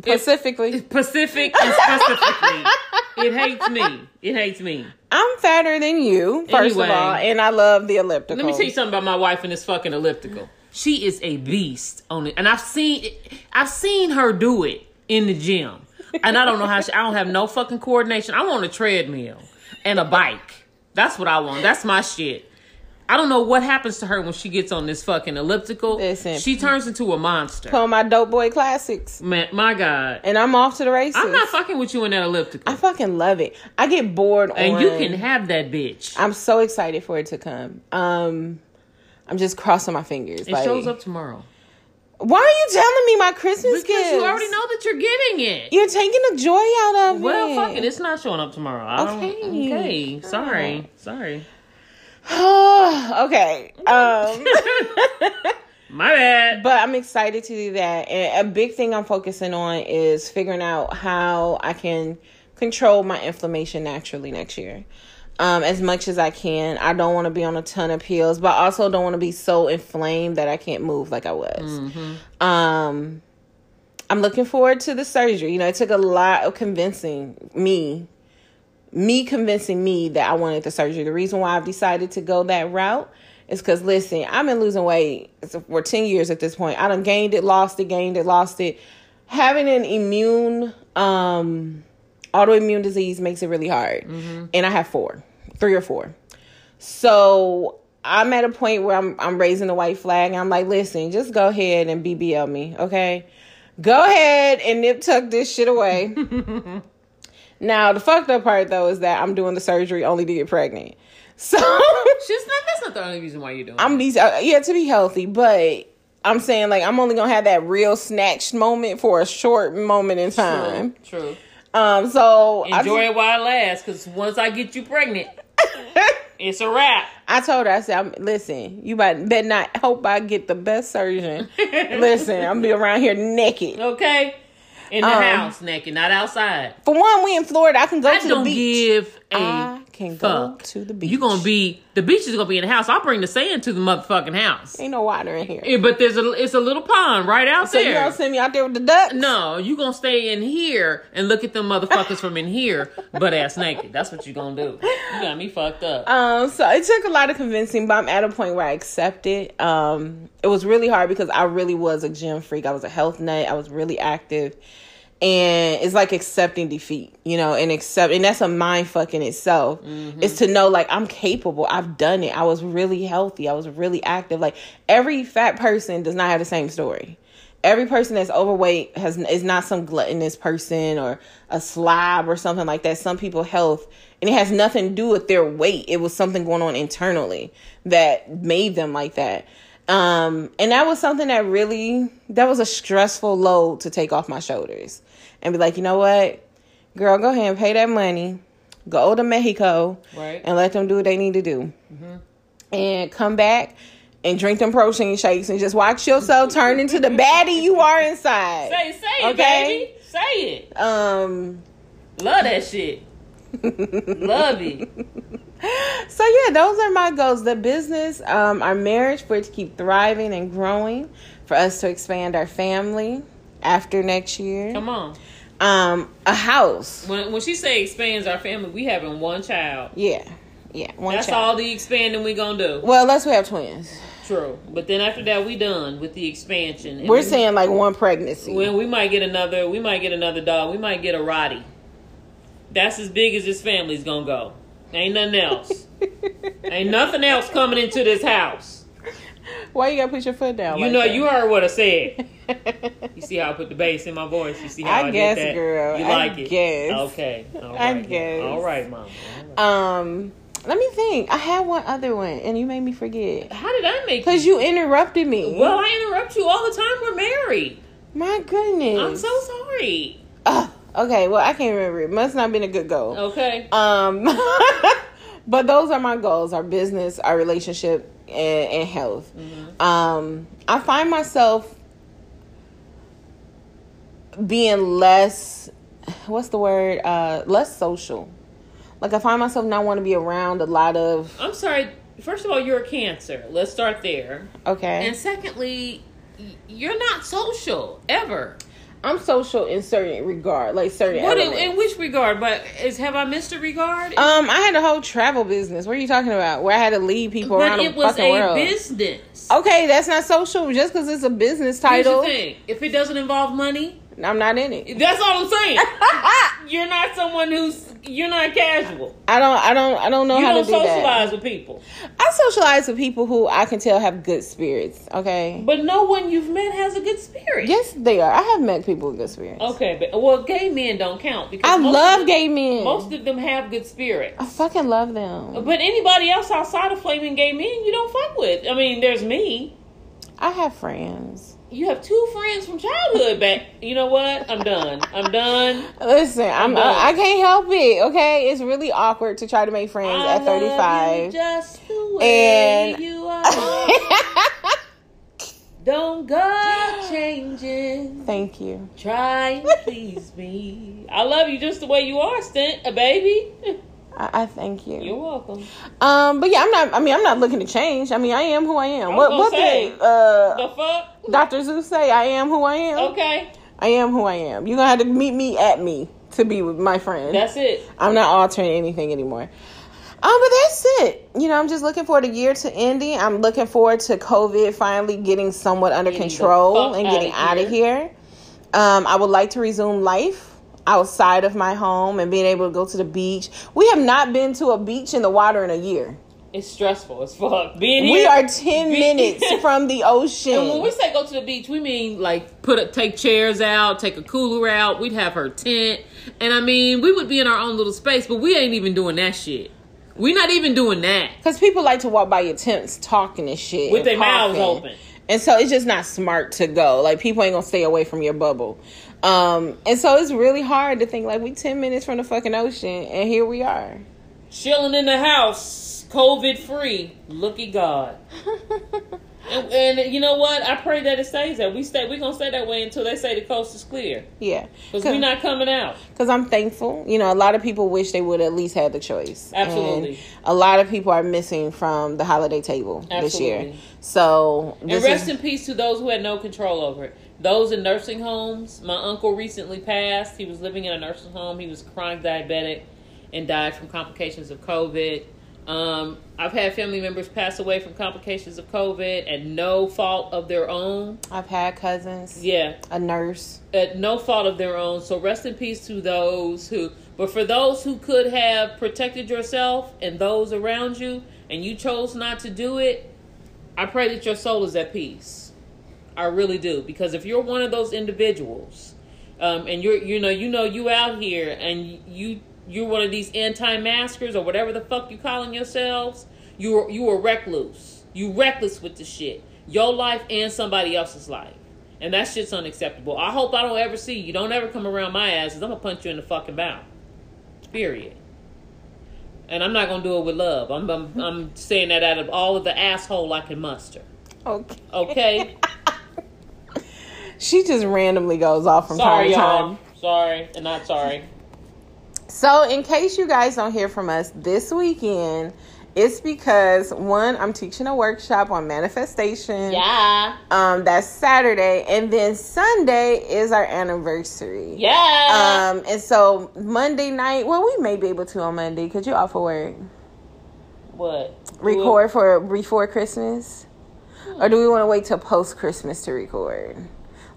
S2: Specifically me.
S1: specifically,
S2: Pacific and specifically, it hates me. It hates me.
S1: I'm fatter than you, first
S2: Anyway.
S1: of all, and I love the elliptical.
S2: Let me tell you something about my wife and this fucking elliptical. She is a beast on it, and I've seen I've seen her do it in the gym, and I don't know how she. I don't have no fucking coordination. I want a treadmill and a bike. That's what I want. That's my shit. I don't know what happens to her when she gets on this fucking elliptical.
S1: Listen.
S2: she turns into a monster.
S1: on my dope boy classics,
S2: Man, my God.
S1: and I'm off to the races.
S2: I'm not fucking with you in that elliptical.
S1: I fucking love it. I get bored
S2: and
S1: on
S2: you can have that bitch.
S1: I'm so excited for it to come. Um I'm just crossing my fingers.
S2: It
S1: like,
S2: shows up tomorrow.
S1: Why are you telling me my Christmas
S2: Because
S1: gifts?
S2: you already know that you're getting it.
S1: You're taking the joy out of
S2: Well,
S1: it.
S2: fuck it. It's not showing up tomorrow. I don't-
S1: Okay.
S2: okay. Sorry.
S1: Alright.
S2: Sorry.
S1: okay. Um,
S2: My bad.
S1: but I'm excited to do that. And a big thing I'm focusing on is figuring out how I can control my inflammation naturally next year. Um, as much as I can. I don't want to be on a ton of pills, but I also don't want to be so inflamed that I can't move like I was. Um, I'm looking forward to the surgery. You know, it took a lot of convincing me, me convincing me that I wanted the surgery. The reason why I've decided to go that route is because, listen, I've been losing weight for 10 years at this point. I done gained it, lost it, gained it, lost it. Having an immune, um, autoimmune disease makes it really hard. And I have four, three or four. So I'm at a point where I'm I'm raising the white flag. And I'm like, listen, just go ahead and BBL me, okay? Go ahead and nip tuck this shit away. now the fucked up part though is that I'm doing the surgery only to get pregnant. So
S2: She's not. That's not the only reason why you're doing.
S1: I'm these uh, yeah to be healthy, but I'm saying like I'm only gonna have that real snatched moment for a short moment in
S2: it.
S1: time.
S2: True. True.
S1: Um, so I
S2: Enjoy
S1: just-
S2: it while it lasts, because once I get you pregnant, it's a wrap.
S1: I told her I said, I'm, listen, you might better not hope I get the best surgeon. listen, I'm be around here naked.
S2: Okay. In the
S1: Um,
S2: house, naked, not outside.
S1: For one, we in Florida. I can go
S2: I
S1: to the
S2: don't
S1: beach.
S2: give a
S1: I can go
S2: fuck.
S1: to the beach.
S2: You gonna be the beach is gonna be in the house. I'll bring the sand to the motherfucking house.
S1: Ain't no water in here.
S2: Yeah, but there's a it's a little pond right out
S1: So you
S2: there.
S1: gonna send me out there with the ducks?
S2: no, you gonna stay in here and look at them motherfuckers from in here, butt ass naked. That's what you gonna do. You got me fucked up.
S1: Um, so it took a lot of convincing, but I'm at a point where I accept it. Um, it was really hard because I really was a gym freak. I was a health nut. I was really active, and it's like accepting defeat, you know, and accept, and that's a mind fuck in itself. It's to know like I'm capable. I've done it. I was really healthy. I was really active. Like every fat person does not have the same story every person that's overweight has is not some gluttonous person or a slob or something like that. Some people health and it has nothing to do with their weight. It was something going on internally that made them like that. Um, and that was something that really that was a stressful load to take off my shoulders and be like, you know what, girl, go ahead and pay that money, go to Mexico,
S2: Right.
S1: and let them do what they need to do and come back and drink them protein shakes and just watch yourself turn into the baddie you are inside.
S2: say say it,
S1: okay.
S2: baby. Say it.
S1: Um
S2: Love that shit. Love it.
S1: so yeah, those are my goals. The business, um, our marriage for it to keep thriving and growing, for us to expand our family after next year.
S2: Come on.
S1: Um, a house.
S2: When when she say expands our family, we having one child.
S1: Yeah. Yeah. One
S2: That's
S1: child.
S2: all the expanding we gonna do.
S1: Well, unless we have twins.
S2: True. But then after that, we done with the expansion. And
S1: We're
S2: we-
S1: saying like one pregnancy.
S2: When we might get another, we might get another dog. We might get a Roddy. That's as big as this family's gonna go. Ain't nothing else. Ain't nothing else coming into this house.
S1: Why you gotta put your foot down?
S2: You
S1: like
S2: know,
S1: that?
S2: you heard what I said. You see how I put the bass in my voice. You see how
S1: I
S2: I,
S1: guess,
S2: did that?
S1: girl.
S2: You
S1: I
S2: like it?
S1: guess.
S2: Okay. All
S1: I
S2: right. then.
S1: guess.
S2: All right, mama.
S1: um let me think. I had one other one and you made me forget.
S2: How did I make?
S1: Cause you interrupted me.
S2: Well, I interrupt you all the time. We're married.
S1: My goodness.
S2: I'm so sorry.
S1: Ugh. okay, well I can't remember. It must not have been a good goal.
S2: Okay.
S1: Um, but those are my goals: our business, our relationship, and, and health.
S2: Mm-hmm.
S1: Um, I find myself being less. What's the word? Uh, less social. Like I find myself not want to be around a lot of.
S2: I'm sorry. First of all, you're a cancer. Let's start there.
S1: Okay,
S2: And secondly, y- you're not social ever.
S1: I'm social in certain regard, like certain.
S2: What in,
S1: elements.
S2: in which regard? But is have I missed a regard?
S1: um, I had a whole travel business. What are you talking about? Where I had to lead people
S2: but
S1: around
S2: it
S1: the
S2: was
S1: fucking
S2: a
S1: world.
S2: business.
S1: Okay, that's not social. Just because it's a business
S2: Here's the
S1: title,
S2: thing: if it doesn't involve money,
S1: I'm not in it.
S2: that's all I'm saying.
S1: I
S2: you're not someone who's you're not casual.
S1: don't. I don't. I don't know
S2: You
S1: how
S2: don't
S1: to do
S2: socialize with people.
S1: that. I socialize with people who I can tell have good spirits. Okay.
S2: But no one you've met has a good spirit.
S1: Yes, they are. I have met people with good spirits.
S2: Okay, but well, gay men don't count because
S1: I
S2: most of
S1: love
S2: them-
S1: gay men.
S2: Most of them have good spirit.
S1: I fucking love them.
S2: But anybody else outside of flaming gay men, you don't fuck with. I mean, there's me.
S1: I have friends.
S2: You have two friends from childhood back. You know what? I'm done. I'm done.
S1: Listen, I'm.
S2: done.
S1: I can't help it. Okay, it's really awkward to try to make friends
S2: I
S1: at 35.
S2: Love you just the way
S1: And-
S2: you are. don't go changing.
S1: Thank you.
S2: Try and please me. I love you just the way you are, Stint, a baby.
S1: I, I thank you.
S2: You're welcome.
S1: Um, but yeah, I'm not. I mean, I'm not looking to change. I mean, I am who I am.
S2: I was
S1: What
S2: gonna
S1: what
S2: say.
S1: did uh,
S2: The fuck?
S1: Doctor Zeus say? I am who I am.
S2: Okay,
S1: I am who I am. You're gonna have to meet me at me to be with my friend.
S2: that's it.
S1: I'm not altering anything anymore. Um, but that's it. You know, I'm just looking forward to year to ending. I'm looking forward to COVID finally getting somewhat under
S2: Getting the
S1: control
S2: fuck
S1: and getting out
S2: outta
S1: of here. Um, I would like to resume life outside of my home and being able to go to the beach. We have not been to a beach in the water in a year.
S2: It's stressful as fuck. Being
S1: We
S2: here,
S1: are 10
S2: Be-
S1: minutes from the
S2: And when we
S1: ocean.
S2: say go to the beach, we mean like put up, take chairs out, take a cooler out. We'd have her tent, and I mean we would be in our own little space, but we ain't even doing that shit. We're not even doing that.
S1: Because people like to walk by your tents talking and shit.
S2: With
S1: and
S2: their mouths
S1: coughing.
S2: open.
S1: And so it's just not smart to go. Like people ain't gonna stay away from your bubble. Um, and so it's really hard to think like we ten minutes from the fucking ocean and here we are.
S2: Chilling in the house, COVID free. Looky God. and, and you know what? I pray that it stays that we stay. We're gonna stay that way until they say the coast is clear.
S1: Yeah.
S2: Because we're not coming out.
S1: because I'm thankful. You know, a lot of people wish they would at least had the choice.
S2: Absolutely.
S1: And a lot of people are missing from the holiday table this year.
S2: Absolutely.
S1: So this
S2: and rest
S1: is-
S2: in peace to those who had no control over it. Those in nursing homes. My uncle recently passed. He was living in a nursing home. He was chronic diabetic and died from complications of COVID. Um, I've had family members pass away from complications of COVID and no fault of their own.
S1: I've had cousins,
S2: Yeah,
S1: a nurse.
S2: at no fault of their own. So rest in peace to those who. But for those who could have protected yourself and those around you, and you chose not to do it, I pray that your soul is at peace. I really do, because if you're one of those individuals, um, and you're you know you know you out here and you you're one of these anti-maskers or whatever the fuck you calling yourselves, you are you are recluse. You reckless with the shit. Your life and somebody else's life. And that shit's unacceptable. I hope I don't ever see you. Don't ever come around my ass, 'cause I'm gonna punch you in the fucking mouth. Period. And I'm not gonna do it with love. I'm I'm, I'm saying that out of all of the asshole I can muster. Oh,
S1: Okay.
S2: Okay.
S1: She just randomly goes off from time
S2: sorry,
S1: to time.
S2: y'all. Sorry, and not sorry.
S1: So, in case you guys don't hear from us this weekend, it's because one, I'm teaching a workshop on manifestation.
S2: Yeah.
S1: Um, that's Saturday, and then Sunday is our anniversary.
S2: Yeah.
S1: Um, and so Monday night, well, we may be able to on Monday because you're off of work.
S2: what?
S1: Record for before Christmas, or do we want to wait till post Christmas to record?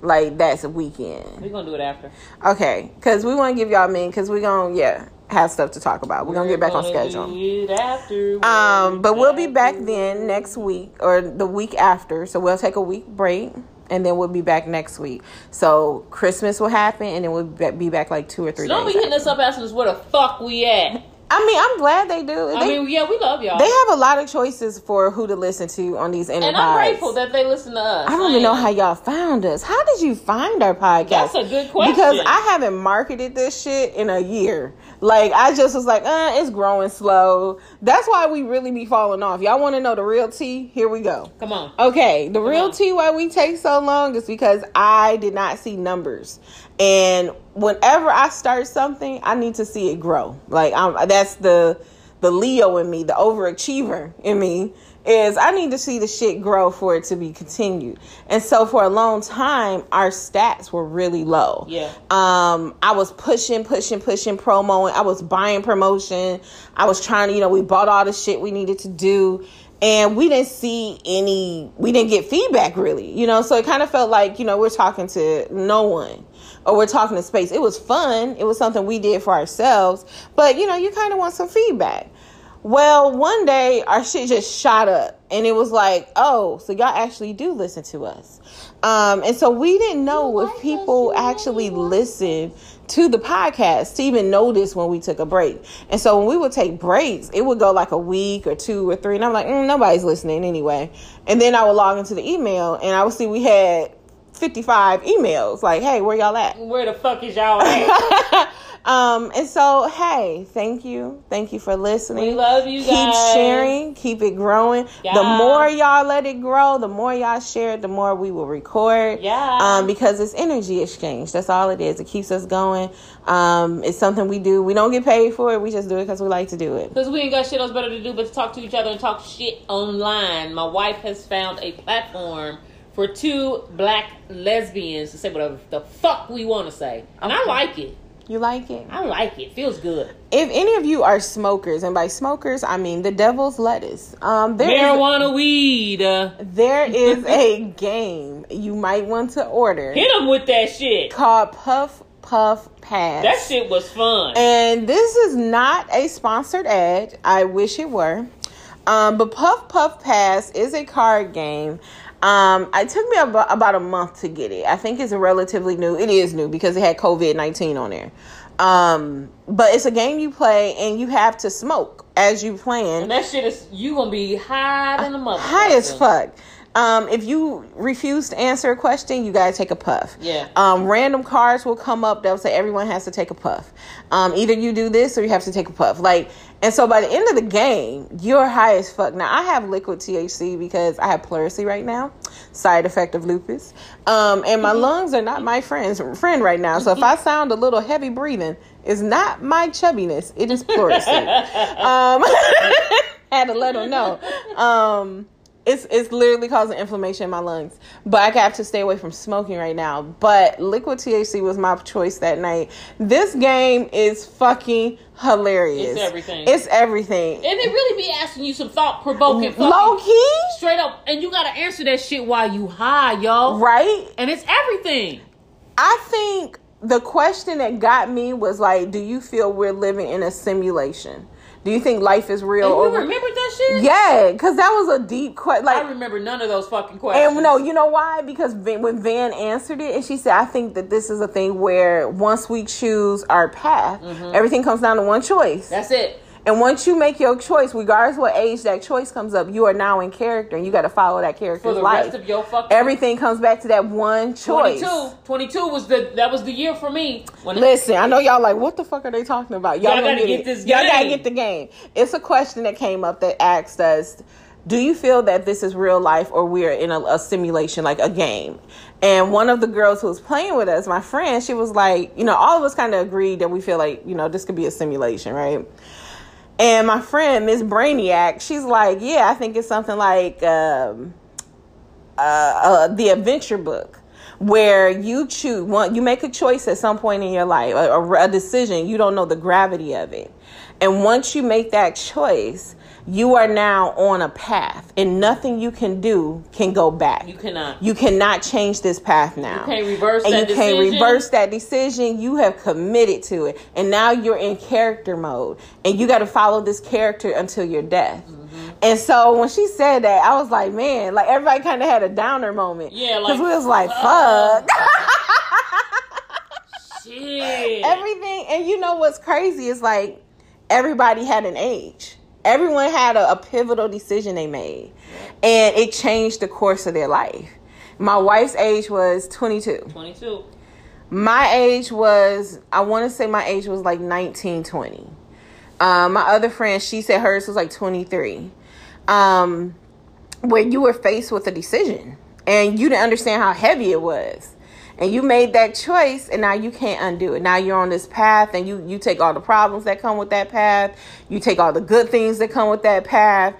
S1: Like that's a weekend,
S2: We're gonna do it after.
S1: okay? Because we want to give y'all men because we're gonna yeah have stuff to talk about. We're gonna get back on
S2: We're gonna
S1: schedule.
S2: do it after.
S1: Um, but we'll be back
S2: After.
S1: then next week or the week after. So we'll take a week break and then we'll be back next week. So Christmas will happen and then we'll be be back like two or three
S2: So don't be
S1: days.
S2: hitting
S1: after.
S2: us up asking us where the fuck we at.
S1: I mean, I'm glad they do. They,
S2: I mean, yeah, we love y'all.
S1: they have a lot of choices for who to listen to on these interviews.
S2: and I'm grateful that they listen to us.
S1: I don't even know how y'all found us. How did you find our podcast?
S2: That's a good question.
S1: Because I haven't marketed this shit in a year. Like I just was like, uh, it's growing slow. That's why we really be falling off. Y'all want to know the real tea? Here we go.
S2: Come on.
S1: Okay, the real
S2: on.
S1: tea why we take so long is because I did not see numbers, and whenever I start something, I need to see it grow. Like I'm, that's the the Leo in me, the overachiever in me is I need to see the shit grow for it to be continued. And so for a long time, our stats were really low
S2: Yeah.
S1: um i was pushing pushing pushing promoing i was buying promotion i was trying to you know we bought all the shit we needed to do and we didn't see any we didn't get feedback really you know so it kind of felt like you know we're talking to no one or we're talking to space it was fun it was something we did for ourselves but you know you kind of want some feedback well, one day our shit just shot up, and it was like, oh, so y'all actually do listen to us. Um, and so we didn't know if people actually listen to the podcast to even notice when we took a break. And so when we would take breaks, it would go like a week or two or three, and I'm like, mm, nobody's listening anyway. And then I would log into the email, and I would see we had 55 emails. Like, hey, where y'all at?
S2: Where the fuck is y'all at?
S1: Um, and so, hey, thank you. Thank you for listening.
S2: We love you
S1: Keep
S2: guys.
S1: sharing, keep it growing. The
S2: Yeah.
S1: more y'all let it grow, the more y'all share it, the more we will record.
S2: Yeah.
S1: Um, because it's energy exchange. That's all it is. It keeps us going. Um, it's something we do. We don't get paid for it. We just do it because we like to do it.
S2: Because we ain't got shit else better to do but to talk to each other and talk shit online. My wife has found a platform for two black lesbians to say whatever the fuck we want to say. And I
S1: Okay.
S2: like it.
S1: You like it?
S2: I like it. Feels good.
S1: If any of you are smokers, and by smokers I mean the devil's lettuce, um, there is-
S2: Marijuana weed. Uh,
S1: there is a game you might want to order.
S2: hit them with that shit.
S1: called Puff Puff Pass.
S2: That shit was fun.
S1: And this is not a sponsored ad. I wish it were. Um, but Puff Puff Pass is a card game. Um, it took me about, about a month to get it. I think it's relatively new. It is new because it had COVID 19 on there. Um, but it's a game you play and you have to smoke as you
S2: And
S1: playing.
S2: that shit is you gonna be high than a mother.
S1: High as fuck. Um, if you refuse to answer a question, you gotta take a puff.
S2: Yeah.
S1: Um, random cards will come up that will say everyone has to take a puff. Um, either you do this or you have to take a puff. Like, and so by the end of the game, you're high as fuck. Now I have liquid THC because I have pleurisy right now, side effect of lupus. Um, and my lungs are not my friend's friend right now. So if I sound a little heavy breathing, it's not my chubbiness. It is pleurisy. um, had to let them know. Um, it's it's literally causing inflammation in my lungs. But I have to stay away from smoking right now. But liquid THC was my choice that night. This game is fucking hilarious.
S2: It's everything.
S1: It's everything.
S2: And they really be asking you some thought provoking
S1: Low key,
S2: straight up and you gotta answer that shit while you high, y'all.
S1: right?
S2: And it's everything.
S1: I think the question that got me was like, do you feel we're living in a simulation? Do you think life is real?
S2: And you
S1: or-
S2: remember that shit?
S1: yeah, because that was a deep question.
S2: I
S1: Like,
S2: remember none of those fucking questions.
S1: And no, you know why? Because Van, when Van answered it, and she said, "I think that this is a thing where once we choose our path,
S2: Mm-hmm.
S1: everything comes down to one choice.
S2: That's it.
S1: and once you make your choice, regardless what age that choice comes up, you are now in character, and you got to follow that
S2: For
S1: character's
S2: the
S1: life.
S2: rest of your fucking
S1: everything comes back to that one choice.
S2: 22. 22 was the that was the year for me. When
S1: Listen, I know y'all like, what the fuck are they talking about? Y'all,
S2: Y'all
S1: gonna
S2: gotta
S1: get,
S2: get
S1: it.
S2: this
S1: Y'all gotta
S2: game.
S1: get the game. It's a question that came up that asked us, do you feel that this is real life or we are in a, a simulation, like a game? And one of the girls who was playing with us, my friend, she was like, you know, all of us kind of agreed that we feel like, you know, this could be a simulation, right? And my friend, Miss Brainiac, she's like, yeah, I think it's something like um, uh, uh, the adventure book, where you choose one, you make a choice at some point in your life, a, a- a decision. You don't know the gravity of it, and once you make that choice, you are now on a path, and nothing you can do can go back.
S2: you cannot.
S1: You cannot change this path now.
S2: You can't reverse
S1: and
S2: that
S1: you can't
S2: decision.
S1: reverse that decision. You have committed to it, and now you're in character mode, and you got to follow this character until your death.
S2: Mm-hmm.
S1: And so when she said that, I was like, man, like everybody kind of had a downer moment.
S2: Yeah,
S1: because
S2: like, uh,
S1: we was like,
S2: fuck.
S1: fuck
S2: Shit.
S1: everything. And you know what's crazy is like everybody had an age. Everyone had a, a pivotal decision they made, and it changed the course of their life. My wife's age was 22.
S2: 22.
S1: my age was i want to say my age was like 19 20 um, my other friend she said hers was like 23 um, where you were faced with a decision and you didn't understand how heavy it was and you made that choice and now you can't undo it now you're on this path and you you take all the problems that come with that path you take all the good things that come with that path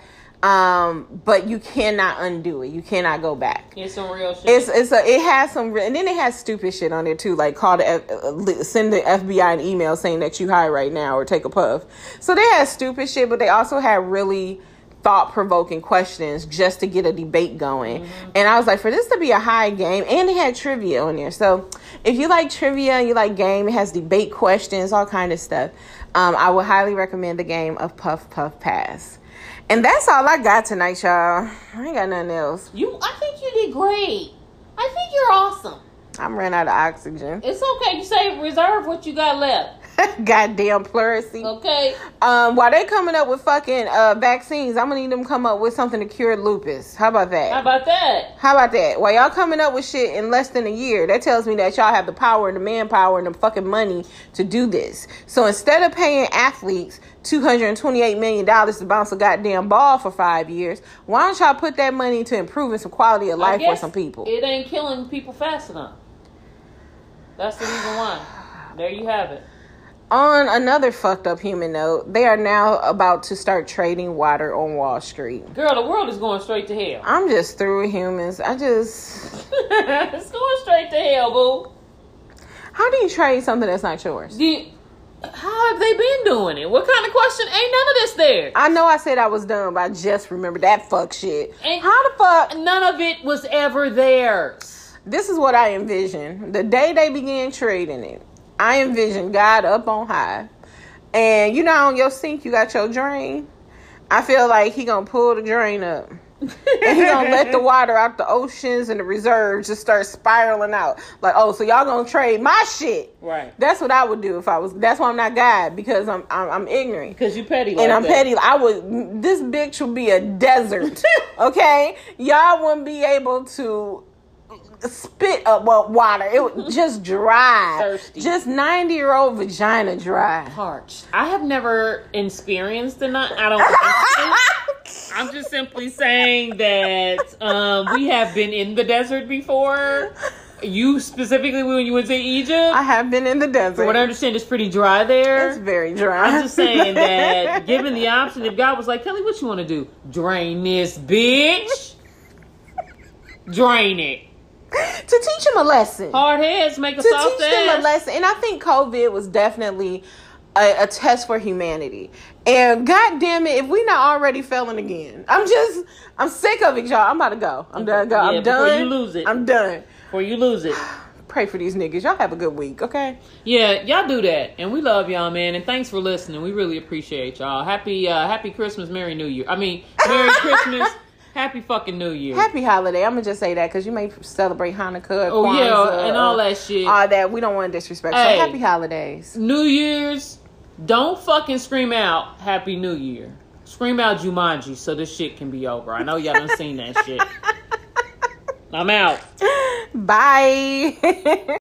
S1: um, but you cannot undo it you cannot go back
S2: It's some real shit.
S1: it's it's a it has some re- and then it has stupid shit on there too, like call the F, uh, li- send the FBI an email saying that you high right now or take a puff. So they had stupid shit, but they also had really thought provoking questions just to get a debate going. And I was like, for this to be a high game, and they had trivia on there. So if you like trivia and you like game, it has debate questions, all kind of stuff. Um, I would highly recommend the game of Puff Puff Pass. And that's all I got tonight, y'all. I ain't got nothing else.
S2: you I think you did great. I think you're awesome.
S1: I'm ran out of oxygen.
S2: It's okay. You say reserve what you got left.
S1: Goddamn pleurisy.
S2: Okay.
S1: Um, while they coming up with fucking uh vaccines, I'm gonna need them to come up with something to cure lupus. How about
S2: How
S1: that?
S2: about that?
S1: How about that? While y'all coming up with shit in less than a year, that tells me that y'all have the power and the manpower and the fucking money to do this. So instead of paying athletes two hundred and twenty-eight million dollars to bounce a goddamn ball for five years, why don't y'all put that money to improving some quality of
S2: I
S1: life for
S2: guess
S1: some people?
S2: It ain't killing people fast enough. That's the reason why. There you have it.
S1: On another fucked up human note, they are now about to start trading water on Wall Street.
S2: Girl, the world is going straight to hell.
S1: I'm just through with humans. I just
S2: it's going straight to hell, boo.
S1: how do you trade something that's not yours?
S2: The, how have they been doing it? What kind of question? Ain't none of this there.
S1: I know I said I was done, but I just remember that fuck shit.
S2: And-
S1: how the fuck?
S2: None of it was ever theirs.
S1: This is what I envision. The day they began trading it, I envision God up on high, and you know on your sink you got your drain. I feel like he gonna pull the drain up. and he gonna let the water out the oceans and the reserves just start spiraling out. Like, oh, so y'all gonna trade my shit?
S2: Right.
S1: That's what I would do if I was. That's why I'm not God because I'm I'm, I'm ignorant
S2: Because you petty.
S1: and
S2: like
S1: I'm
S2: that.
S1: petty. I would. This bitch would be a desert. okay, y'all wouldn't be able to spit up what water. It would just dry.
S2: Thirsty.
S1: Just ninety year old vagina dry.
S2: Parched. I have never experienced the night. I don't. I'm just simply saying that um, we have been in the desert before. You specifically when you went to Egypt.
S1: I have been in the
S2: from what I
S1: desert.
S2: understand, it's pretty dry there.
S1: It's very dry.
S2: I'm just saying that given the option, if God was like, Kelly, what you want to do? Drain this bitch. Drain it.
S1: to teach him a lesson.
S2: Hard heads make a
S1: to
S2: soft
S1: teach them a
S2: ass.
S1: lesson. And I think COVID was definitely a, a test for humanity. And god damn it, if we not already failing again. I'm just I'm sick of it, y'all. I'm about to go. I'm done go.
S2: Yeah,
S1: I'm
S2: before
S1: done.
S2: you lose it.
S1: I'm done.
S2: Before you lose it.
S1: Pray for these niggas. Y'all have a good week, okay?
S2: Yeah, y'all do that, and we love y'all, man. And thanks for listening. We really appreciate y'all. Happy, uh, happy Christmas, Merry New Year. I mean, Merry Christmas, Happy fucking New Year.
S1: Happy holiday. I'm gonna just say that because you may celebrate Hanukkah,
S2: oh yeah,
S1: Kwanzaa,
S2: and all that shit.
S1: all that. We don't want to disrespect.
S2: Hey.
S1: So happy holidays.
S2: New Year's, don't fucking scream out Happy New Year. Scream out Jumanji so this shit can be over. I know y'all done seen that shit. I'm out.
S1: Bye.